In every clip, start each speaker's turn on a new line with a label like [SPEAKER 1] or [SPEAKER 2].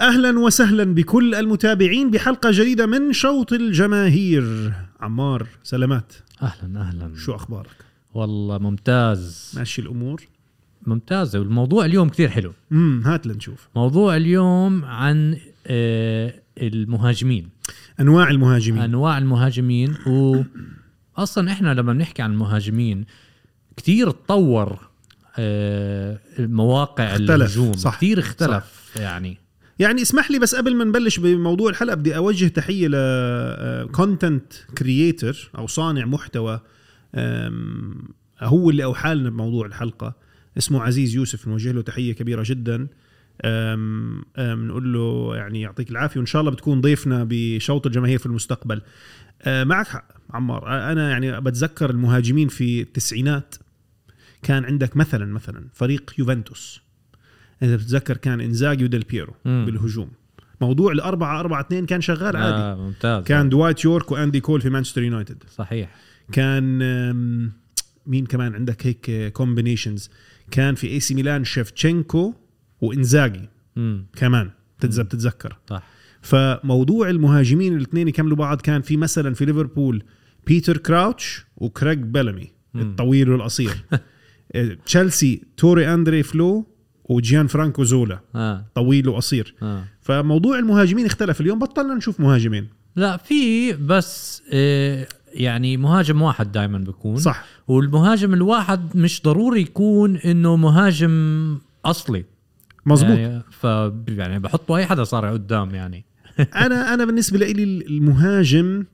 [SPEAKER 1] اهلا وسهلا بكل المتابعين بحلقه جديده من شوط الجماهير عمار سلامات
[SPEAKER 2] اهلا اهلا
[SPEAKER 1] شو اخبارك
[SPEAKER 2] والله ممتاز
[SPEAKER 1] ماشي الامور
[SPEAKER 2] ممتازه والموضوع اليوم كثير حلو
[SPEAKER 1] امم هات لنشوف
[SPEAKER 2] موضوع اليوم عن آه، المهاجمين
[SPEAKER 1] انواع المهاجمين
[SPEAKER 2] انواع المهاجمين و اصلا احنا لما بنحكي عن المهاجمين كثير تطور آه، مواقع
[SPEAKER 1] اختلف،
[SPEAKER 2] الهجوم
[SPEAKER 1] صح،
[SPEAKER 2] كثير اختلف يعني
[SPEAKER 1] يعني اسمح لي بس قبل ما نبلش بموضوع الحلقه بدي اوجه تحيه آه، لكونتنت كرييتر او صانع محتوى أم، هو اللي اوحى لنا بموضوع الحلقه اسمه عزيز يوسف نوجه له تحيه كبيره جدا أم، أم، نقول له يعني يعطيك العافيه وان شاء الله بتكون ضيفنا بشوط الجماهير في المستقبل أه، معك حق عمار أه، انا يعني بتذكر المهاجمين في التسعينات كان عندك مثلا مثلا فريق يوفنتوس اذا بتتذكر كان انزاجي وديل بيرو
[SPEAKER 2] مم.
[SPEAKER 1] بالهجوم موضوع الأربعة أربعة اثنين كان شغال عادي
[SPEAKER 2] آه ممتاز
[SPEAKER 1] كان دوايت يورك واندي كول في مانشستر يونايتد
[SPEAKER 2] صحيح
[SPEAKER 1] كان أم، مين كمان عندك هيك كومبينيشنز كان في اي سي ميلان شيفتشينكو وانزاجي
[SPEAKER 2] امم
[SPEAKER 1] كمان بتتذ- بتتذكر
[SPEAKER 2] صح
[SPEAKER 1] فموضوع المهاجمين الاثنين يكملوا بعض كان في مثلا في ليفربول بيتر كراوتش وكريغ بيلامي الطويل والقصير إيه، تشيلسي توري اندري فلو وجيان فرانكو زولا
[SPEAKER 2] اه
[SPEAKER 1] طويل وقصير
[SPEAKER 2] اه
[SPEAKER 1] فموضوع المهاجمين اختلف اليوم بطلنا نشوف مهاجمين
[SPEAKER 2] لا في بس آه، يعني مهاجم واحد دائما بيكون
[SPEAKER 1] صح
[SPEAKER 2] والمهاجم الواحد مش ضروري يكون انه مهاجم اصلي
[SPEAKER 1] مزبوط
[SPEAKER 2] يعني ف يعني بحطوا اي حدا صار قدام يعني
[SPEAKER 1] انا انا بالنسبه لي المهاجم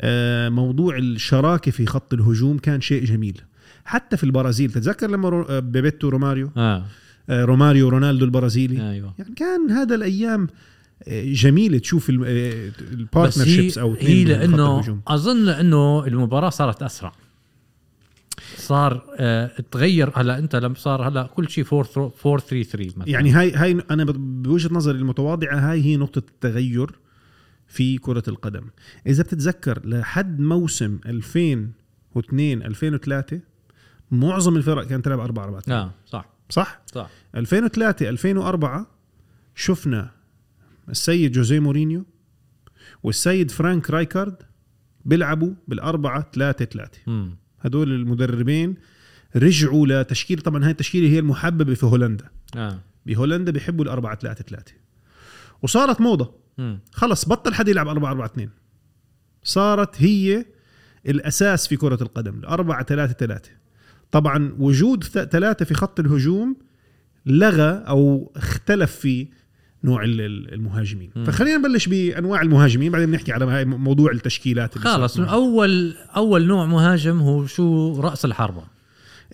[SPEAKER 1] آه، موضوع الشراكه في خط الهجوم كان شيء جميل حتى في البرازيل تتذكر لما رو- آه، بيبيتو روماريو
[SPEAKER 2] اه
[SPEAKER 1] آه، روماريو رونالدو البرازيلي
[SPEAKER 2] ايوه
[SPEAKER 1] يعني كان هذا الايام آه، جميله تشوف آه،
[SPEAKER 2] بس هي,
[SPEAKER 1] البارتنرشيبس او
[SPEAKER 2] هي
[SPEAKER 1] اثنين من خط
[SPEAKER 2] لانه
[SPEAKER 1] الهجوم.
[SPEAKER 2] اظن لانه المباراه صارت اسرع صار آه تغير هلا انت لما صار هلا كل شيء 4 4 3 3 مثلا
[SPEAKER 1] يعني هاي هاي انا ب- بوجهه نظري المتواضعه هاي هي نقطه التغير في كره القدم اذا بتتذكر لحد موسم 2002 2003 معظم الفرق كانت تلعب 4 4
[SPEAKER 2] اه صح
[SPEAKER 1] صح
[SPEAKER 2] صح
[SPEAKER 1] 2003 2004 شفنا السيد جوزيه مورينيو والسيد فرانك رايكارد بيلعبوا بالأربعة ثلاثة ثلاثة
[SPEAKER 2] امم
[SPEAKER 1] هدول المدربين رجعوا لتشكيل طبعا هاي التشكيلة هي المحببة في هولندا
[SPEAKER 2] اه
[SPEAKER 1] بهولندا بيحبوا الأربعة ثلاثة ثلاثة وصارت موضة
[SPEAKER 2] امم
[SPEAKER 1] خلص بطل حد يلعب 4 4 2 صارت هي الاساس في كره القدم 4 3 3 طبعا وجود ثلاثه في خط الهجوم لغى او اختلف في نوع ال- ال- المهاجمين
[SPEAKER 2] مم.
[SPEAKER 1] فخلينا نبلش بانواع المهاجمين بعدين بنحكي على هاي موضوع التشكيلات اللي
[SPEAKER 2] خلص
[SPEAKER 1] صارت.
[SPEAKER 2] اول اول نوع مهاجم هو شو راس الحربه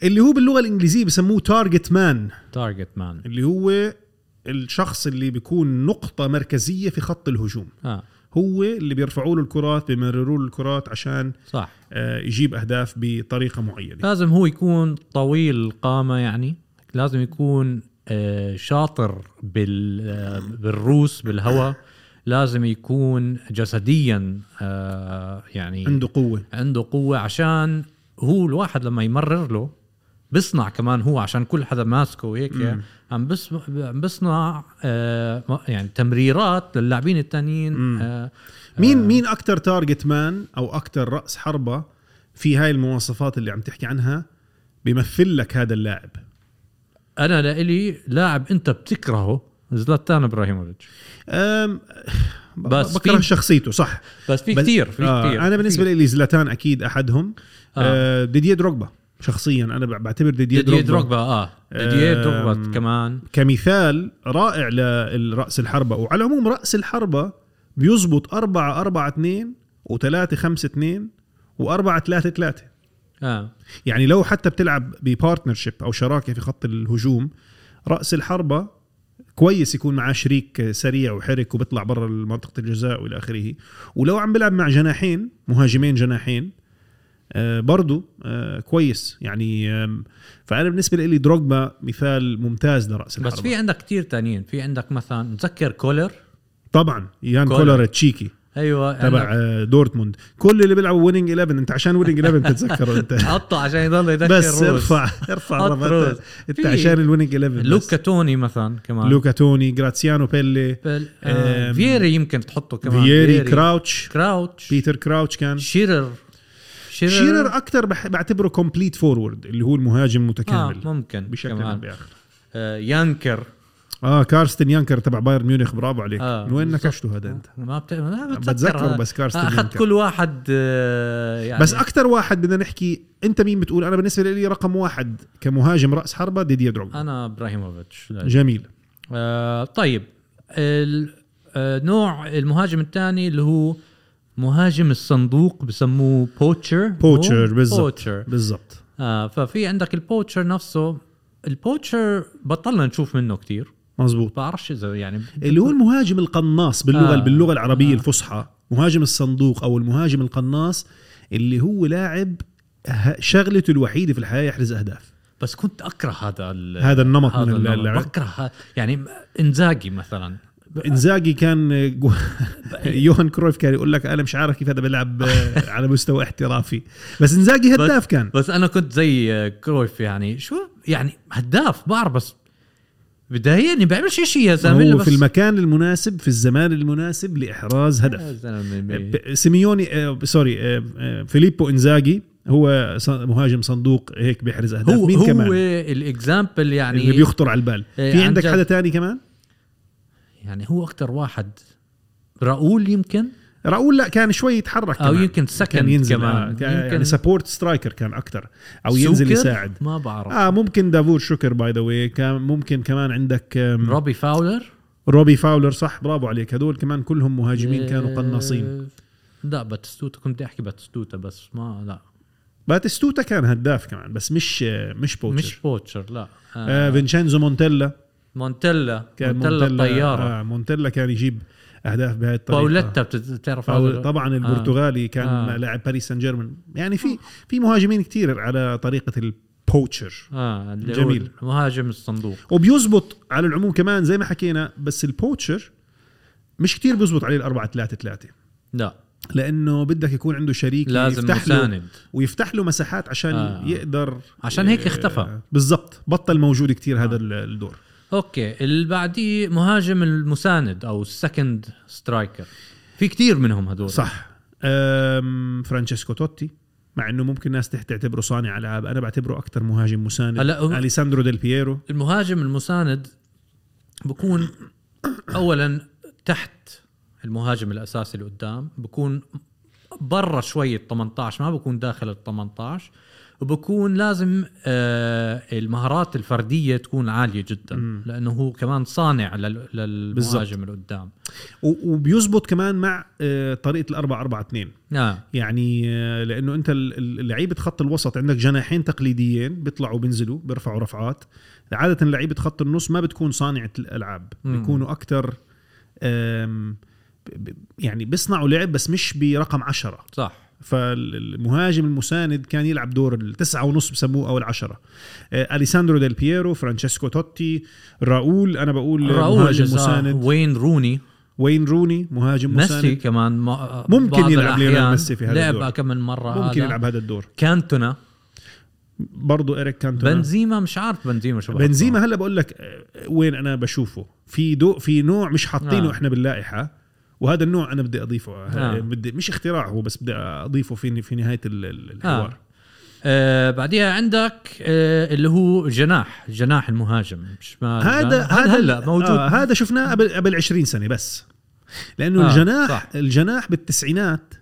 [SPEAKER 1] اللي هو باللغه الانجليزيه بسموه تارجت مان
[SPEAKER 2] تارجت مان
[SPEAKER 1] اللي هو الشخص اللي بيكون نقطه مركزيه في خط الهجوم
[SPEAKER 2] اه
[SPEAKER 1] هو اللي بيرفعوا له الكرات بيمرروا له الكرات عشان
[SPEAKER 2] صح
[SPEAKER 1] آه، يجيب اهداف بطريقه معينه
[SPEAKER 2] لازم هو يكون طويل القامة يعني لازم يكون آه، شاطر بال آه، بالروس بالهواء لازم يكون جسديا آه، يعني
[SPEAKER 1] عنده قوه
[SPEAKER 2] عنده قوة عشان هو الواحد لما يمرر له بصنع كمان هو عشان كل حدا ماسكه وهيك يعني.
[SPEAKER 1] مم.
[SPEAKER 2] عم بس عم بصنع آه، يعني تمريرات للاعبين التانيين
[SPEAKER 1] مم.
[SPEAKER 2] آه،
[SPEAKER 1] مين مين اكثر تارجت مان او اكثر راس حربه في هاي المواصفات اللي عم تحكي عنها بيمثل لك هذا اللاعب
[SPEAKER 2] انا لإلي لاعب انت بتكرهه زلاتان ابراهيموفيتش
[SPEAKER 1] أم
[SPEAKER 2] بس
[SPEAKER 1] بس بكره
[SPEAKER 2] في-
[SPEAKER 1] شخصيتو صح
[SPEAKER 2] بس في
[SPEAKER 1] بس-
[SPEAKER 2] كثير في
[SPEAKER 1] آه،
[SPEAKER 2] كثير
[SPEAKER 1] انا بالنسبه لي زلاتان اكيد احدهم آه. ديديه دروغبا شخصيا انا بعتبر ديديه,
[SPEAKER 2] ديدييه
[SPEAKER 1] دروغبا,
[SPEAKER 2] دروغبا اه
[SPEAKER 1] آه،
[SPEAKER 2] ديدييه
[SPEAKER 1] آم،
[SPEAKER 2] دروغبا كمان
[SPEAKER 1] كمثال رائع لرأس الحربة وعلى العموم رأس الحربة بيزبط 4 4 2 و3 5 2 و4 3 3
[SPEAKER 2] اه
[SPEAKER 1] يعني لو حتى بتلعب ببارتنرشيب أو شراكة في خط الهجوم رأس الحربة كويس يكون معاه شريك سريع وحرك وبيطلع برا منطقة الجزاء والى اخره ولو عم بلعب مع جناحين مهاجمين جناحين آه، برضو آه، كويس يعني آم، فانا بالنسبه لي دروجبا مثال ممتاز لراس الحربه
[SPEAKER 2] بس في عندك كثير تانيين في عندك مثلا متذكر كولر
[SPEAKER 1] طبعا يان
[SPEAKER 2] كولر.
[SPEAKER 1] كولر تشيكي
[SPEAKER 2] ايوه
[SPEAKER 1] تبع آه، دورتموند كل اللي بيلعبوا ويننج 11 انت عشان ويننج 11 بتتذكره انت
[SPEAKER 2] حطه عشان يضل يذكر
[SPEAKER 1] بس
[SPEAKER 2] روس.
[SPEAKER 1] ارفع ارفع
[SPEAKER 2] حط
[SPEAKER 1] الرمات.
[SPEAKER 2] روز.
[SPEAKER 1] انت
[SPEAKER 2] في-
[SPEAKER 1] عشان الويننج 11
[SPEAKER 2] لوكا توني مثلا كمان
[SPEAKER 1] لوكا توني جراتسيانو بيلي
[SPEAKER 2] بل... آه...
[SPEAKER 1] آم،
[SPEAKER 2] فيري يمكن تحطه كمان
[SPEAKER 1] فييري كراوتش
[SPEAKER 2] كراوتش
[SPEAKER 1] بيتر كراوتش كان
[SPEAKER 2] شيرر شيرر,
[SPEAKER 1] شيرر آه، اكثر بح- بعتبره كومبليت فورورد اللي هو المهاجم
[SPEAKER 2] آه
[SPEAKER 1] متكامل
[SPEAKER 2] ممكن
[SPEAKER 1] بشكل يعني.
[SPEAKER 2] كمان.
[SPEAKER 1] ما بآخر
[SPEAKER 2] آه يانكر
[SPEAKER 1] اه كارستن يانكر تبع بايرن ميونخ برافو عليك
[SPEAKER 2] آه،
[SPEAKER 1] من وين
[SPEAKER 2] بالضبط. آه،
[SPEAKER 1] نكشته هذا انت
[SPEAKER 2] ما بت... ما
[SPEAKER 1] بتذكره
[SPEAKER 2] هذا.
[SPEAKER 1] بس كارستن
[SPEAKER 2] اخذت
[SPEAKER 1] يانكر.
[SPEAKER 2] كل واحد آه يعني
[SPEAKER 1] بس اكثر واحد بدنا نحكي انت مين بتقول انا بالنسبه لي رقم واحد كمهاجم راس حربه ديديا دروجبا
[SPEAKER 2] انا ابراهيموفيتش
[SPEAKER 1] جميل
[SPEAKER 2] آه طيب ال... آه نوع المهاجم الثاني اللي هو مهاجم الصندوق بسموه بوتشر
[SPEAKER 1] بوتشر بالضبط
[SPEAKER 2] بوتشر
[SPEAKER 1] بالضبط
[SPEAKER 2] آه ففي عندك البوتشر نفسه البوتشر بطلنا نشوف منه كتير
[SPEAKER 1] مزبوط
[SPEAKER 2] بعرفش اذا يعني
[SPEAKER 1] اللي هو المهاجم القناص باللغه
[SPEAKER 2] آه.
[SPEAKER 1] باللغه العربيه
[SPEAKER 2] آه.
[SPEAKER 1] الفصحى مهاجم الصندوق او المهاجم القناص اللي هو لاعب ه- شغلته الوحيده في الحياه يحرز اهداف
[SPEAKER 2] بس كنت اكره هذا ال-
[SPEAKER 1] هذا النمط
[SPEAKER 2] طيب. هذا
[SPEAKER 1] من
[SPEAKER 2] النمط.
[SPEAKER 1] اللعب
[SPEAKER 2] بكره ه- يعني انزاجي مثلا
[SPEAKER 1] انزاجي كان جو- يوهان كرويف كان يقول لك انا مش عارف كيف هذا بيلعب آه، على مستوى احترافي بس انزاجي هداف كان
[SPEAKER 2] بس انا كنت زي آه، كرويف يعني شو يعني هداف بعرف بس بضايقني بيعملش شيء يا زلمه
[SPEAKER 1] هو
[SPEAKER 2] بس
[SPEAKER 1] في المكان المناسب في الزمان المناسب لاحراز هدف
[SPEAKER 2] يا زلمة، بي-
[SPEAKER 1] ب- سيميوني آه، سوري آه، آه، فيليبو انزاجي هو ص- مهاجم صندوق هيك بيحرز اهداف
[SPEAKER 2] هو
[SPEAKER 1] مين
[SPEAKER 2] هو
[SPEAKER 1] كمان
[SPEAKER 2] الاكزامبل يعني
[SPEAKER 1] اللي بيخطر على البال
[SPEAKER 2] إيه،
[SPEAKER 1] في
[SPEAKER 2] عن
[SPEAKER 1] عندك
[SPEAKER 2] جد.
[SPEAKER 1] حدا تاني كمان
[SPEAKER 2] يعني هو اكثر واحد راؤول يمكن
[SPEAKER 1] راؤول لا كان شوي يتحرك
[SPEAKER 2] او
[SPEAKER 1] كمان.
[SPEAKER 2] يمكن
[SPEAKER 1] كان
[SPEAKER 2] سكند
[SPEAKER 1] ينزل
[SPEAKER 2] كمان
[SPEAKER 1] كمان يعني سبورت سترايكر كان اكتر او
[SPEAKER 2] سوكر؟
[SPEAKER 1] ينزل يساعد
[SPEAKER 2] ما بعرف
[SPEAKER 1] اه ممكن دافور شكر باي ذا واي كان ممكن كمان عندك آم،
[SPEAKER 2] روبي فاولر
[SPEAKER 1] روبي فاولر صح برافو عليك هدول كمان كلهم مهاجمين كانوا
[SPEAKER 2] آه،
[SPEAKER 1] قناصين
[SPEAKER 2] لا باتستوتا كنت بدي احكي باتستوتا بس ما لا
[SPEAKER 1] باتستوتا كان هداف كمان بس مش آه، مش بوتشر
[SPEAKER 2] مش بوتشر لا
[SPEAKER 1] آه
[SPEAKER 2] آه
[SPEAKER 1] فينشينزو مونتيلا
[SPEAKER 2] مونتيلا مونتيلا الطياره
[SPEAKER 1] آه مونتيلا كان يجيب اهداف بهاي الطريقه
[SPEAKER 2] باوليتا بت- بتعرف
[SPEAKER 1] باول-
[SPEAKER 2] هذا؟
[SPEAKER 1] طبعا البرتغالي كان
[SPEAKER 2] آه.
[SPEAKER 1] لاعب باريس سان جيرمان يعني في في مهاجمين كثير على طريقه البوتشر
[SPEAKER 2] اه اللي
[SPEAKER 1] جميل.
[SPEAKER 2] جميل مهاجم الصندوق
[SPEAKER 1] وبيزبط على العموم كمان زي ما حكينا بس البوتشر مش كتير بيزبط عليه الأربعة ثلاثة ثلاثة
[SPEAKER 2] لا
[SPEAKER 1] لأنه بدك يكون عنده شريك
[SPEAKER 2] لازم
[SPEAKER 1] يفتح له
[SPEAKER 2] مساند
[SPEAKER 1] ويفتح له مساحات عشان آه.
[SPEAKER 2] آه.
[SPEAKER 1] يقدر
[SPEAKER 2] عشان هيك
[SPEAKER 1] آه،
[SPEAKER 2] اختفى. آه.
[SPEAKER 1] بالضبط بطل موجود كتير هذا ال- الدور
[SPEAKER 2] اوكي اللي بعديه مهاجم المساند او السكند سترايكر في كتير منهم هدول
[SPEAKER 1] صح أم فرانشيسكو توتي مع انه ممكن ناس تحت تعتبره صانع العاب انا بعتبره اكثر مهاجم مساند
[SPEAKER 2] هلا هو-
[SPEAKER 1] اليساندرو ديل بييرو
[SPEAKER 2] المهاجم المساند بكون اولا تحت المهاجم الاساسي اللي قدام بكون برا شوي ال 18 ما بكون داخل ال 18 وبكون لازم آه المهارات الفرديه تكون عاليه جدا
[SPEAKER 1] مم.
[SPEAKER 2] لانه هو كمان صانع لل-
[SPEAKER 1] بالظبط.
[SPEAKER 2] للمهاجم اللي قدام
[SPEAKER 1] و- وبيزبط كمان مع آه، طريقه الأربعة أربعة اثنين
[SPEAKER 2] آه.
[SPEAKER 1] يعني آه، لانه انت ال- ال- لعيبه خط الوسط عندك جناحين تقليديين بيطلعوا بينزلوا بيرفعوا رفعات عاده لعيبه خط النص ما بتكون صانعه الالعاب
[SPEAKER 2] مم.
[SPEAKER 1] بيكونوا اكثر يعني بيصنعوا لعب بس مش برقم عشرة
[SPEAKER 2] صح
[SPEAKER 1] فالمهاجم المساند كان يلعب دور التسعة ونص بسموه أو العشرة آه، أليساندرو ديل بييرو فرانشيسكو توتي راؤول أنا بقول
[SPEAKER 2] راؤول
[SPEAKER 1] مهاجم
[SPEAKER 2] إذا
[SPEAKER 1] مساند
[SPEAKER 2] وين روني
[SPEAKER 1] وين روني مهاجم
[SPEAKER 2] ميسي
[SPEAKER 1] مساند
[SPEAKER 2] كمان ما
[SPEAKER 1] ممكن
[SPEAKER 2] بعض
[SPEAKER 1] يلعب ليونيل
[SPEAKER 2] الأحيان
[SPEAKER 1] ميسي في هذا الدور.
[SPEAKER 2] لعب كم من مره
[SPEAKER 1] ممكن
[SPEAKER 2] هذا.
[SPEAKER 1] يلعب هذا الدور
[SPEAKER 2] كانتونا
[SPEAKER 1] برضو إريك كانتونا
[SPEAKER 2] بنزيما مش عارف بنزيما شو بحطه.
[SPEAKER 1] بنزيما هلا بقول لك آه، وين انا بشوفه في دو في نوع مش حاطينه آه.
[SPEAKER 2] آه.
[SPEAKER 1] احنا باللائحه وهذا النوع انا بدي اضيفه آه.
[SPEAKER 2] آه.
[SPEAKER 1] بدي مش اختراع هو بس بدي اضيفه في في نهايه ال- ال-
[SPEAKER 2] نعم.
[SPEAKER 1] الحوار
[SPEAKER 2] آه بعديها عندك آه اللي هو جناح جناح المهاجم شمال
[SPEAKER 1] هذا
[SPEAKER 2] جناح.
[SPEAKER 1] هذا
[SPEAKER 2] هلا موجود
[SPEAKER 1] آه
[SPEAKER 2] آه
[SPEAKER 1] هذا شفناه قبل قبل 20 سنه بس لانه
[SPEAKER 2] آه،
[SPEAKER 1] آه الجناح صح.
[SPEAKER 2] صح.
[SPEAKER 1] الجناح بالتسعينات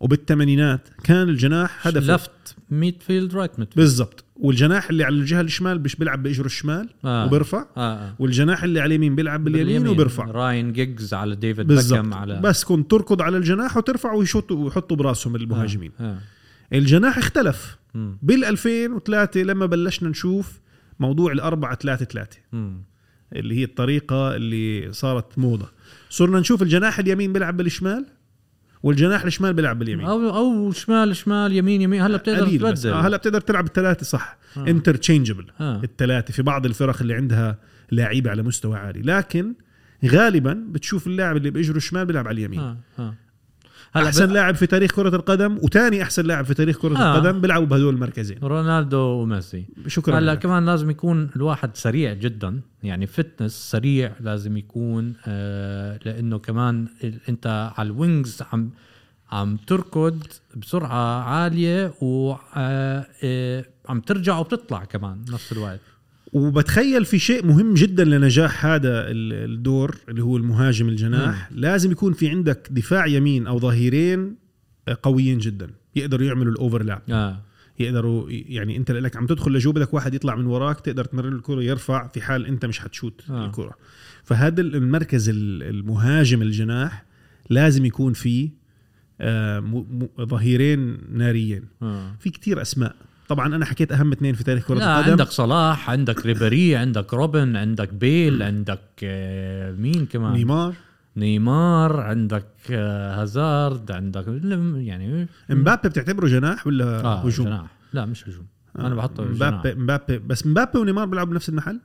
[SPEAKER 1] وبالثمانينات كان الجناح هدفه
[SPEAKER 2] لفت ميد فيلد رايت ميد
[SPEAKER 1] بالضبط والجناح اللي على الجهه الشمال مش بيلعب باجره الشمال آه.
[SPEAKER 2] آه.
[SPEAKER 1] وبرفع
[SPEAKER 2] آه آه.
[SPEAKER 1] والجناح اللي على اليمين بيلعب باليمين, باليمين وبرفع
[SPEAKER 2] راين جيجز على ديفيد بيكم
[SPEAKER 1] بالضبط
[SPEAKER 2] على
[SPEAKER 1] بس كنت تركض على الجناح وترفع ويشطوا ويحطوا براسهم المهاجمين
[SPEAKER 2] آه. آه.
[SPEAKER 1] آه. الجناح اختلف
[SPEAKER 2] مم.
[SPEAKER 1] بال2003 لما بلشنا نشوف موضوع الأربعة ثلاثة ثلاثة
[SPEAKER 2] مم.
[SPEAKER 1] اللي هي الطريقة اللي صارت موضة صرنا نشوف الجناح اليمين بيلعب بالشمال والجناح الشمال بيلعب باليمين
[SPEAKER 2] او او شمال شمال يمين يمين هلا بتقدر
[SPEAKER 1] قليل بس.
[SPEAKER 2] تبدل
[SPEAKER 1] آه هلا بتقدر تلعب الثلاثة صح
[SPEAKER 2] آه.
[SPEAKER 1] انترتشينجبل
[SPEAKER 2] آه.
[SPEAKER 1] الثلاثة في بعض الفرق اللي عندها لعيبة على مستوى عالي لكن غالبا بتشوف اللاعب اللي باجره الشمال بيلعب على اليمين
[SPEAKER 2] آه. آه. هلا
[SPEAKER 1] احسن
[SPEAKER 2] ب-
[SPEAKER 1] لاعب في تاريخ كره القدم وثاني احسن لاعب في تاريخ كره
[SPEAKER 2] آه.
[SPEAKER 1] آه. القدم بيلعبوا بهدول المركزين
[SPEAKER 2] رونالدو وميسي
[SPEAKER 1] شكرا
[SPEAKER 2] هلا
[SPEAKER 1] لك.
[SPEAKER 2] كمان لازم يكون الواحد سريع جدا يعني فتنس سريع لازم يكون آه لانه كمان ال- انت على الوينجز عم عم تركض بسرعه عاليه وعم آه، ترجع وبتطلع كمان نفس الوقت
[SPEAKER 1] وبتخيل في شيء مهم جدا لنجاح هذا ال- الدور اللي هو المهاجم الجناح مم. لازم يكون في عندك دفاع يمين او ظهيرين قويين جدا يقدروا يعملوا الاوفرلاب
[SPEAKER 2] آه.
[SPEAKER 1] يقدروا يعني انت لك عم تدخل لجوا بدك واحد يطلع من وراك تقدر تمرر الكره يرفع في حال انت مش حتشوت
[SPEAKER 2] آه.
[SPEAKER 1] آه. الكره فهذا المركز ال- المهاجم الجناح لازم يكون فيه آه، م- م- ظهيرين ناريين
[SPEAKER 2] آه.
[SPEAKER 1] في كتير اسماء طبعا انا حكيت اهم اثنين في تاريخ كره
[SPEAKER 2] لا
[SPEAKER 1] القدم
[SPEAKER 2] عندك صلاح عندك ريبيري عندك روبن عندك بيل عندك آه، مين كمان
[SPEAKER 1] نيمار
[SPEAKER 2] نيمار عندك آه، هازارد عندك يعني
[SPEAKER 1] مبابي بتعتبره جناح ولا
[SPEAKER 2] آه
[SPEAKER 1] آه هجوم؟
[SPEAKER 2] جناح لا مش هجوم انا
[SPEAKER 1] آه،
[SPEAKER 2] بحطه
[SPEAKER 1] مبابي
[SPEAKER 2] جناح
[SPEAKER 1] مبابي بس مبابي ونيمار بيلعبوا بنفس المحل؟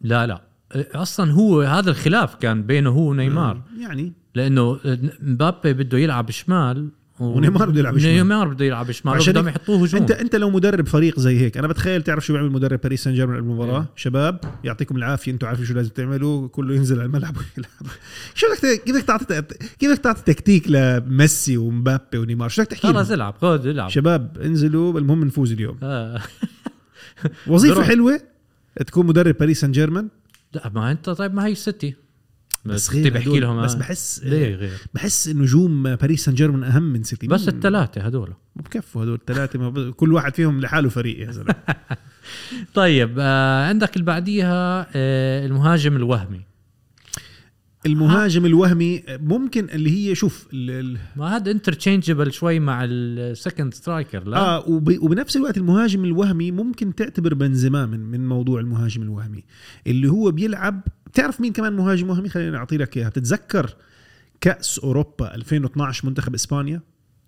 [SPEAKER 2] لا لا اصلا هو هذا الخلاف كان بينه هو ونيمار
[SPEAKER 1] آه، يعني
[SPEAKER 2] لانه مبابي بده يلعب شمال و-
[SPEAKER 1] ونيمار بده يلعب شمال.
[SPEAKER 2] نيمار بده يلعب شمال
[SPEAKER 1] عشان
[SPEAKER 2] بدهم
[SPEAKER 1] هيك
[SPEAKER 2] يحطوه هجوم
[SPEAKER 1] انت انت لو مدرب فريق زي هيك انا بتخيل تعرف شو بيعمل مدرب باريس سان جيرمان قبل المباراه شباب يعطيكم العافيه انتم عارفين شو لازم تعملوا كله ينزل على الملعب ويلعب شو بدك ت- كيف بدك تعطي كيف بدك تعطي تكتيك لميسي ومبابي ونيمار شو بدك تحكي
[SPEAKER 2] خلص
[SPEAKER 1] لهم؟
[SPEAKER 2] العب خذ العب
[SPEAKER 1] شباب انزلوا المهم نفوز اليوم
[SPEAKER 2] آه.
[SPEAKER 1] وظيفه
[SPEAKER 2] دروع.
[SPEAKER 1] حلوه تكون مدرب باريس سان جيرمان
[SPEAKER 2] لا ما انت طيب ما هي السيتي
[SPEAKER 1] بس
[SPEAKER 2] السيتي
[SPEAKER 1] غير
[SPEAKER 2] بحكي
[SPEAKER 1] هدول.
[SPEAKER 2] لهم
[SPEAKER 1] بس
[SPEAKER 2] آه.
[SPEAKER 1] بحس
[SPEAKER 2] ليه غير
[SPEAKER 1] بحس نجوم باريس سان جيرمان اهم من سيتي
[SPEAKER 2] بس
[SPEAKER 1] مين-
[SPEAKER 2] الثلاثه هذول
[SPEAKER 1] بكفوا هدول الثلاثه ما ب- كل واحد فيهم لحاله فريق يا زلمه
[SPEAKER 2] طيب آه عندك اللي بعديها آه المهاجم الوهمي
[SPEAKER 1] المهاجم الوهمي ممكن اللي هي شوف ال- ال-
[SPEAKER 2] ما هذا انترتشينجبل شوي مع السكند سترايكر لا
[SPEAKER 1] اه وب- وبنفس الوقت المهاجم الوهمي ممكن تعتبر بنزيما من من موضوع المهاجم الوهمي اللي هو بيلعب بتعرف مين كمان مهاجم وهمي خليني اعطي لك اياها بتتذكر كاس اوروبا 2012 منتخب اسبانيا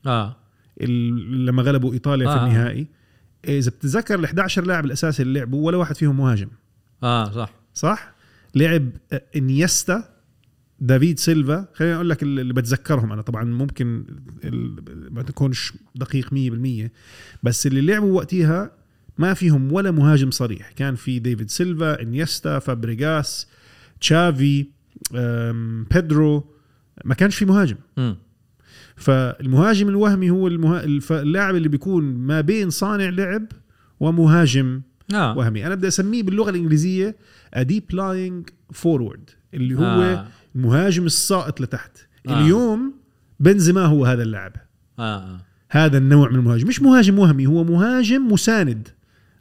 [SPEAKER 2] اه
[SPEAKER 1] ال- لما غلبوا ايطاليا
[SPEAKER 2] آه.
[SPEAKER 1] في النهائي اذا بتتذكر ال11 لاعب الاساسي اللي لعبوا ولا واحد فيهم مهاجم
[SPEAKER 2] اه صح
[SPEAKER 1] صح لعب آه، انيستا دافيد سيلفا خليني اقول لك اللي بتذكرهم انا طبعا ممكن ال- ما تكونش دقيق 100% بس اللي لعبوا وقتها ما فيهم ولا مهاجم صريح كان في ديفيد سيلفا انيستا فابريغاس تشافي آم، بيدرو ما كانش في مهاجم
[SPEAKER 2] مم.
[SPEAKER 1] فالمهاجم الوهمي هو المها... الف- اللاعب اللي بيكون ما بين صانع لعب ومهاجم
[SPEAKER 2] اه
[SPEAKER 1] وهمي انا بدي اسميه باللغه الانجليزيه اديب لاينج فورورد اللي هو
[SPEAKER 2] آه.
[SPEAKER 1] آه. المهاجم السائط لتحت
[SPEAKER 2] آه.
[SPEAKER 1] آه. اليوم بنزيما هو هذا اللاعب
[SPEAKER 2] اه, آه.
[SPEAKER 1] هذا النوع من المهاجم مش مهاجم وهمي هو مهاجم مساند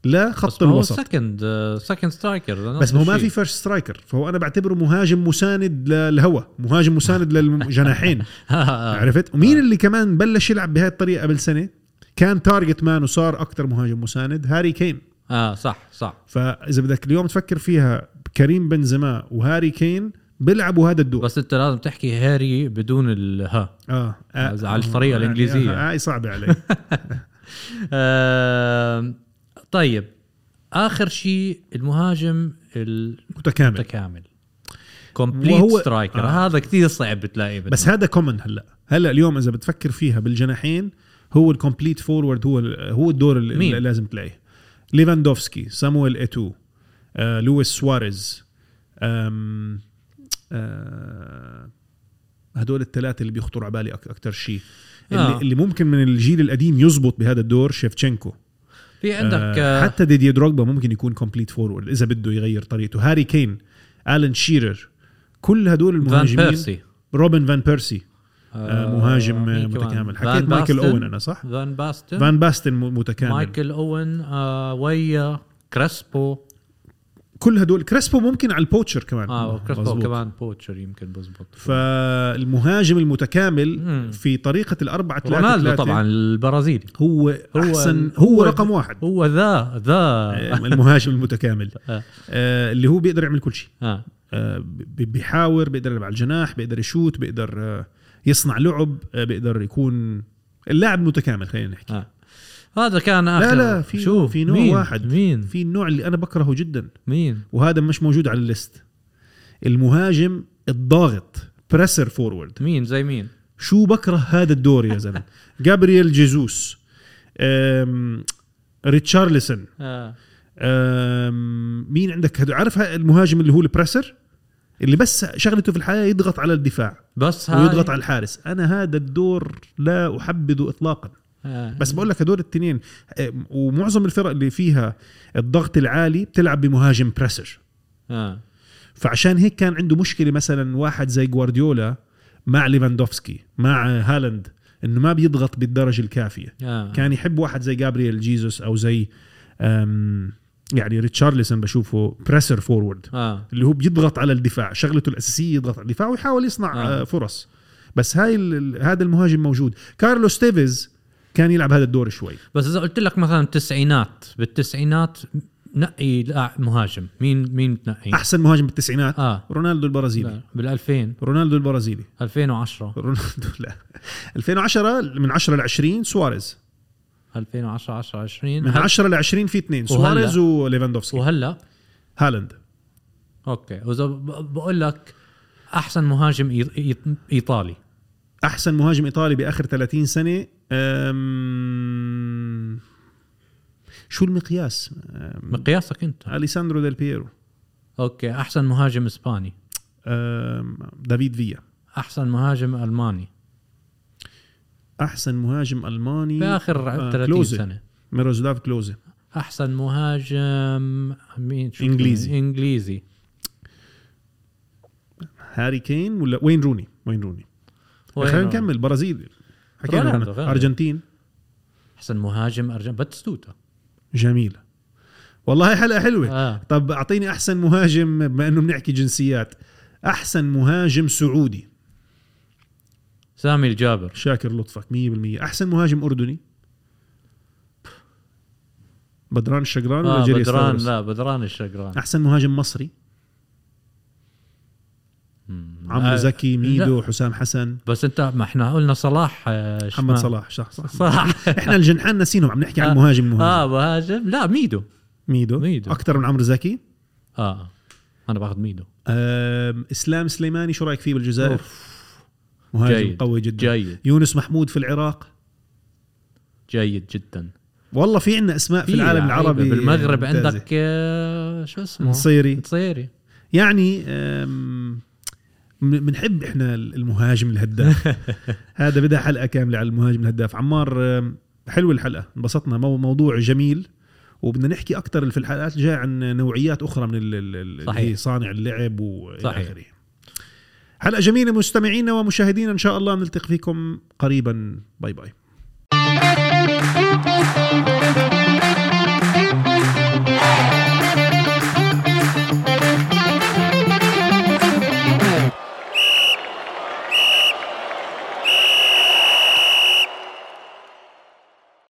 [SPEAKER 2] بس
[SPEAKER 1] لخط
[SPEAKER 2] ما هو آه،
[SPEAKER 1] الوسط
[SPEAKER 2] سكند سكند سترايكر
[SPEAKER 1] بس هو ما في فيرست سترايكر فهو انا بعتبره مهاجم مساند للهوا مهاجم مساند للجناحين
[SPEAKER 2] آه،
[SPEAKER 1] عرفت ومين اللي كمان بلش يلعب بهاي الطريقه قبل سنه كان تارجت مان وصار اكثر مهاجم مساند هاري كين
[SPEAKER 2] اه صح صح
[SPEAKER 1] فاذا بدك اليوم تفكر فيها كريم بنزيما وهاري كين بيلعبوا هذا الدور
[SPEAKER 2] بس انت لازم تحكي هاري بدون الها
[SPEAKER 1] اه,
[SPEAKER 2] على الطريقة الإنجليزية.
[SPEAKER 1] هاي صعبه علي
[SPEAKER 2] آه طيب اخر شيء المهاجم
[SPEAKER 1] متكامل
[SPEAKER 2] المتكامل كومبليت
[SPEAKER 1] وهو-
[SPEAKER 2] سترايكر
[SPEAKER 1] آه.
[SPEAKER 2] هذا كثير صعب بتلاقيه بس
[SPEAKER 1] بس هذا كومن هلا هلا اليوم اذا بتفكر فيها بالجناحين هو الكومبليت فورورد هو ال- هو الدور اللي,
[SPEAKER 2] مين؟
[SPEAKER 1] اللي لازم تلاقيه ليفاندوفسكي سامويل ايتو آه، لويس سواريز آم، آه، هدول الثلاثه اللي بيخطر على بالي اكثر شيء
[SPEAKER 2] آه.
[SPEAKER 1] اللي, اللي ممكن من الجيل القديم يزبط بهذا الدور شيفتشينكو
[SPEAKER 2] في عندك
[SPEAKER 1] آه،
[SPEAKER 2] آه
[SPEAKER 1] حتى ديدي دروجبا ممكن يكون كومبليت فورورد اذا بده يغير طريقته هاري كين الان شيرر كل هدول
[SPEAKER 2] فان
[SPEAKER 1] المهاجمين
[SPEAKER 2] بيرسي
[SPEAKER 1] روبن فان بيرسي آه،
[SPEAKER 2] آه،
[SPEAKER 1] مهاجم آه،
[SPEAKER 2] مين كمان؟
[SPEAKER 1] متكامل
[SPEAKER 2] فان
[SPEAKER 1] حكيت مايكل
[SPEAKER 2] باستن.
[SPEAKER 1] اوين انا صح
[SPEAKER 2] فان باستن
[SPEAKER 1] فان باستن م- متكامل مايكل.
[SPEAKER 2] مايكل اوين آه ويا كريسبو
[SPEAKER 1] كل هدول كريسبو ممكن على البوتشر كمان
[SPEAKER 2] اه كريسبو
[SPEAKER 1] مظبوط.
[SPEAKER 2] كمان بوتشر يمكن بزبط
[SPEAKER 1] فالمهاجم المتكامل
[SPEAKER 2] مم.
[SPEAKER 1] في طريقه الاربعه ثلاثة
[SPEAKER 2] رونالدو
[SPEAKER 1] ثلاثة
[SPEAKER 2] طبعا البرازيلي
[SPEAKER 1] هو
[SPEAKER 2] هو
[SPEAKER 1] احسن
[SPEAKER 2] ال-
[SPEAKER 1] هو,
[SPEAKER 2] هو
[SPEAKER 1] هو رقم واحد
[SPEAKER 2] هو ذا ذا
[SPEAKER 1] آه، المهاجم المتكامل
[SPEAKER 2] آه.
[SPEAKER 1] آه، اللي هو بيقدر يعمل كل شيء
[SPEAKER 2] آه.
[SPEAKER 1] آه، بي- بيحاور بيقدر يلعب على الجناح بيقدر يشوت بيقدر آه، يصنع لعب آه، بيقدر يكون اللاعب متكامل خلينا نحكي
[SPEAKER 2] آه. هذا كان اخر
[SPEAKER 1] لا لا في
[SPEAKER 2] شوف
[SPEAKER 1] في نوع
[SPEAKER 2] مين؟
[SPEAKER 1] واحد.
[SPEAKER 2] مين
[SPEAKER 1] في النوع اللي انا بكرهه جدا
[SPEAKER 2] مين
[SPEAKER 1] وهذا مش موجود على الليست المهاجم الضاغط بريسر فورورد
[SPEAKER 2] مين زي مين
[SPEAKER 1] شو بكره هذا الدور يا زلمه جابرييل جيزوس أم، ريتشارلسون
[SPEAKER 2] آه.
[SPEAKER 1] أم، مين عندك هدو- عارف ها- المهاجم اللي هو البريسر اللي بس شغلته في الحياه يضغط على الدفاع
[SPEAKER 2] بس هاي
[SPEAKER 1] ويضغط على الحارس انا هذا الدور لا احبذه اطلاقا
[SPEAKER 2] آه.
[SPEAKER 1] بس بقول لك هدول التنين أه، ومعظم الفرق اللي فيها الضغط العالي بتلعب بمهاجم بريسر
[SPEAKER 2] آه.
[SPEAKER 1] فعشان هيك كان عنده مشكله مثلا واحد زي جوارديولا مع ليفاندوفسكي مع هالاند انه ما بيضغط بالدرجه الكافيه
[SPEAKER 2] آه.
[SPEAKER 1] كان يحب واحد زي جابرييل جيسوس او زي أم، يعني ريتشارلسون بشوفه بريسر فورورد
[SPEAKER 2] اه
[SPEAKER 1] اللي هو بيضغط على الدفاع شغلته الاساسيه يضغط على الدفاع ويحاول يصنع
[SPEAKER 2] آه.
[SPEAKER 1] آه. فرص بس هاي ال- ال- هذا المهاجم موجود كارلوس تيفيز كان يلعب هذا الدور شوي
[SPEAKER 2] بس اذا قلت لك مثلا التسعينات بالتسعينات نقي لاع- مهاجم مين مين تنقي؟
[SPEAKER 1] احسن مهاجم بالتسعينات
[SPEAKER 2] اه
[SPEAKER 1] رونالدو البرازيلي لا.
[SPEAKER 2] بال 2000
[SPEAKER 1] رونالدو البرازيلي
[SPEAKER 2] 2010
[SPEAKER 1] رونالدو لا 2010 من 10 ل 20 سواريز
[SPEAKER 2] 2010 10 20
[SPEAKER 1] من 10 ل 20 في اثنين
[SPEAKER 2] وهلا-
[SPEAKER 1] سواريز وليفاندوفسكي
[SPEAKER 2] وهلا
[SPEAKER 1] هالاند
[SPEAKER 2] اوكي واذا ب- بقول لك احسن مهاجم إي- إي- ايطالي
[SPEAKER 1] احسن مهاجم ايطالي باخر 30 سنه أم... شو المقياس؟ أم...
[SPEAKER 2] مقياسك انت
[SPEAKER 1] اليساندرو ديل بييرو
[SPEAKER 2] اوكي احسن مهاجم اسباني
[SPEAKER 1] أم... دافيد فيا
[SPEAKER 2] احسن مهاجم الماني
[SPEAKER 1] احسن مهاجم الماني
[SPEAKER 2] باخر
[SPEAKER 1] آه،
[SPEAKER 2] 30
[SPEAKER 1] كلوزة.
[SPEAKER 2] سنه
[SPEAKER 1] ميروزلاف كلوزه
[SPEAKER 2] احسن مهاجم مين شو
[SPEAKER 1] إنجليزي.
[SPEAKER 2] كان؟ انجليزي
[SPEAKER 1] هاري كين ولا وين روني وين روني خلينا
[SPEAKER 2] وين-
[SPEAKER 1] نكمل برازيل حكينا
[SPEAKER 2] رونالدو،
[SPEAKER 1] عنه.
[SPEAKER 2] رونالدو.
[SPEAKER 1] ارجنتين
[SPEAKER 2] احسن مهاجم ارجن باتستوتا
[SPEAKER 1] جميل والله حلقه حلوه
[SPEAKER 2] آه.
[SPEAKER 1] طب اعطيني احسن مهاجم بما انه بنحكي جنسيات احسن مهاجم سعودي
[SPEAKER 2] سامي الجابر
[SPEAKER 1] شاكر لطفك 100% احسن مهاجم اردني بدران الشقران ولا
[SPEAKER 2] آه
[SPEAKER 1] جيري
[SPEAKER 2] بدران
[SPEAKER 1] بدران
[SPEAKER 2] لا بدران الشقران
[SPEAKER 1] احسن مهاجم مصري
[SPEAKER 2] مم.
[SPEAKER 1] عمرو
[SPEAKER 2] آه،
[SPEAKER 1] زكي ميدو حسام حسن
[SPEAKER 2] بس انت ما احنا قلنا صلاح آه،
[SPEAKER 1] محمد
[SPEAKER 2] شمال.
[SPEAKER 1] صلاح صح صح, صح.
[SPEAKER 2] صلاح
[SPEAKER 1] احنا الجنحان نسينهم عم نحكي عن
[SPEAKER 2] آه.
[SPEAKER 1] مهاجم مهاجم آه.
[SPEAKER 2] اه مهاجم لا ميدو
[SPEAKER 1] ميدو.
[SPEAKER 2] ميدو.
[SPEAKER 1] ميدو اكثر من عمرو زكي
[SPEAKER 2] اه انا باخذ ميدو
[SPEAKER 1] أم، اسلام سليماني شو رايك فيه بالجزائر مهاجم
[SPEAKER 2] جيد
[SPEAKER 1] قوي جدا
[SPEAKER 2] جيد
[SPEAKER 1] يونس محمود في العراق
[SPEAKER 2] جيد جدا
[SPEAKER 1] والله في عندنا اسماء في العالم
[SPEAKER 2] لعيبة
[SPEAKER 1] العربي
[SPEAKER 2] بالمغرب
[SPEAKER 1] ممتازة.
[SPEAKER 2] عندك آه، شو اسمه
[SPEAKER 1] نصيري
[SPEAKER 2] نصيري
[SPEAKER 1] يعني أم، من- بنحب احنا المهاجم الهداف هذا بدا حلقه كامله على المهاجم الهداف عمار أم، حلوه الحلقه انبسطنا مو- موضوع جميل وبدنا نحكي اكثر في الحلقات الجايه عن نوعيات اخرى من ال- ال- ال-
[SPEAKER 2] صحيح.
[SPEAKER 1] اللي هي صانع اللعب والى
[SPEAKER 2] صحيح.
[SPEAKER 1] اخره حلقه جميله مستمعينا ومشاهدينا ان شاء الله نلتقي فيكم قريبا باي باي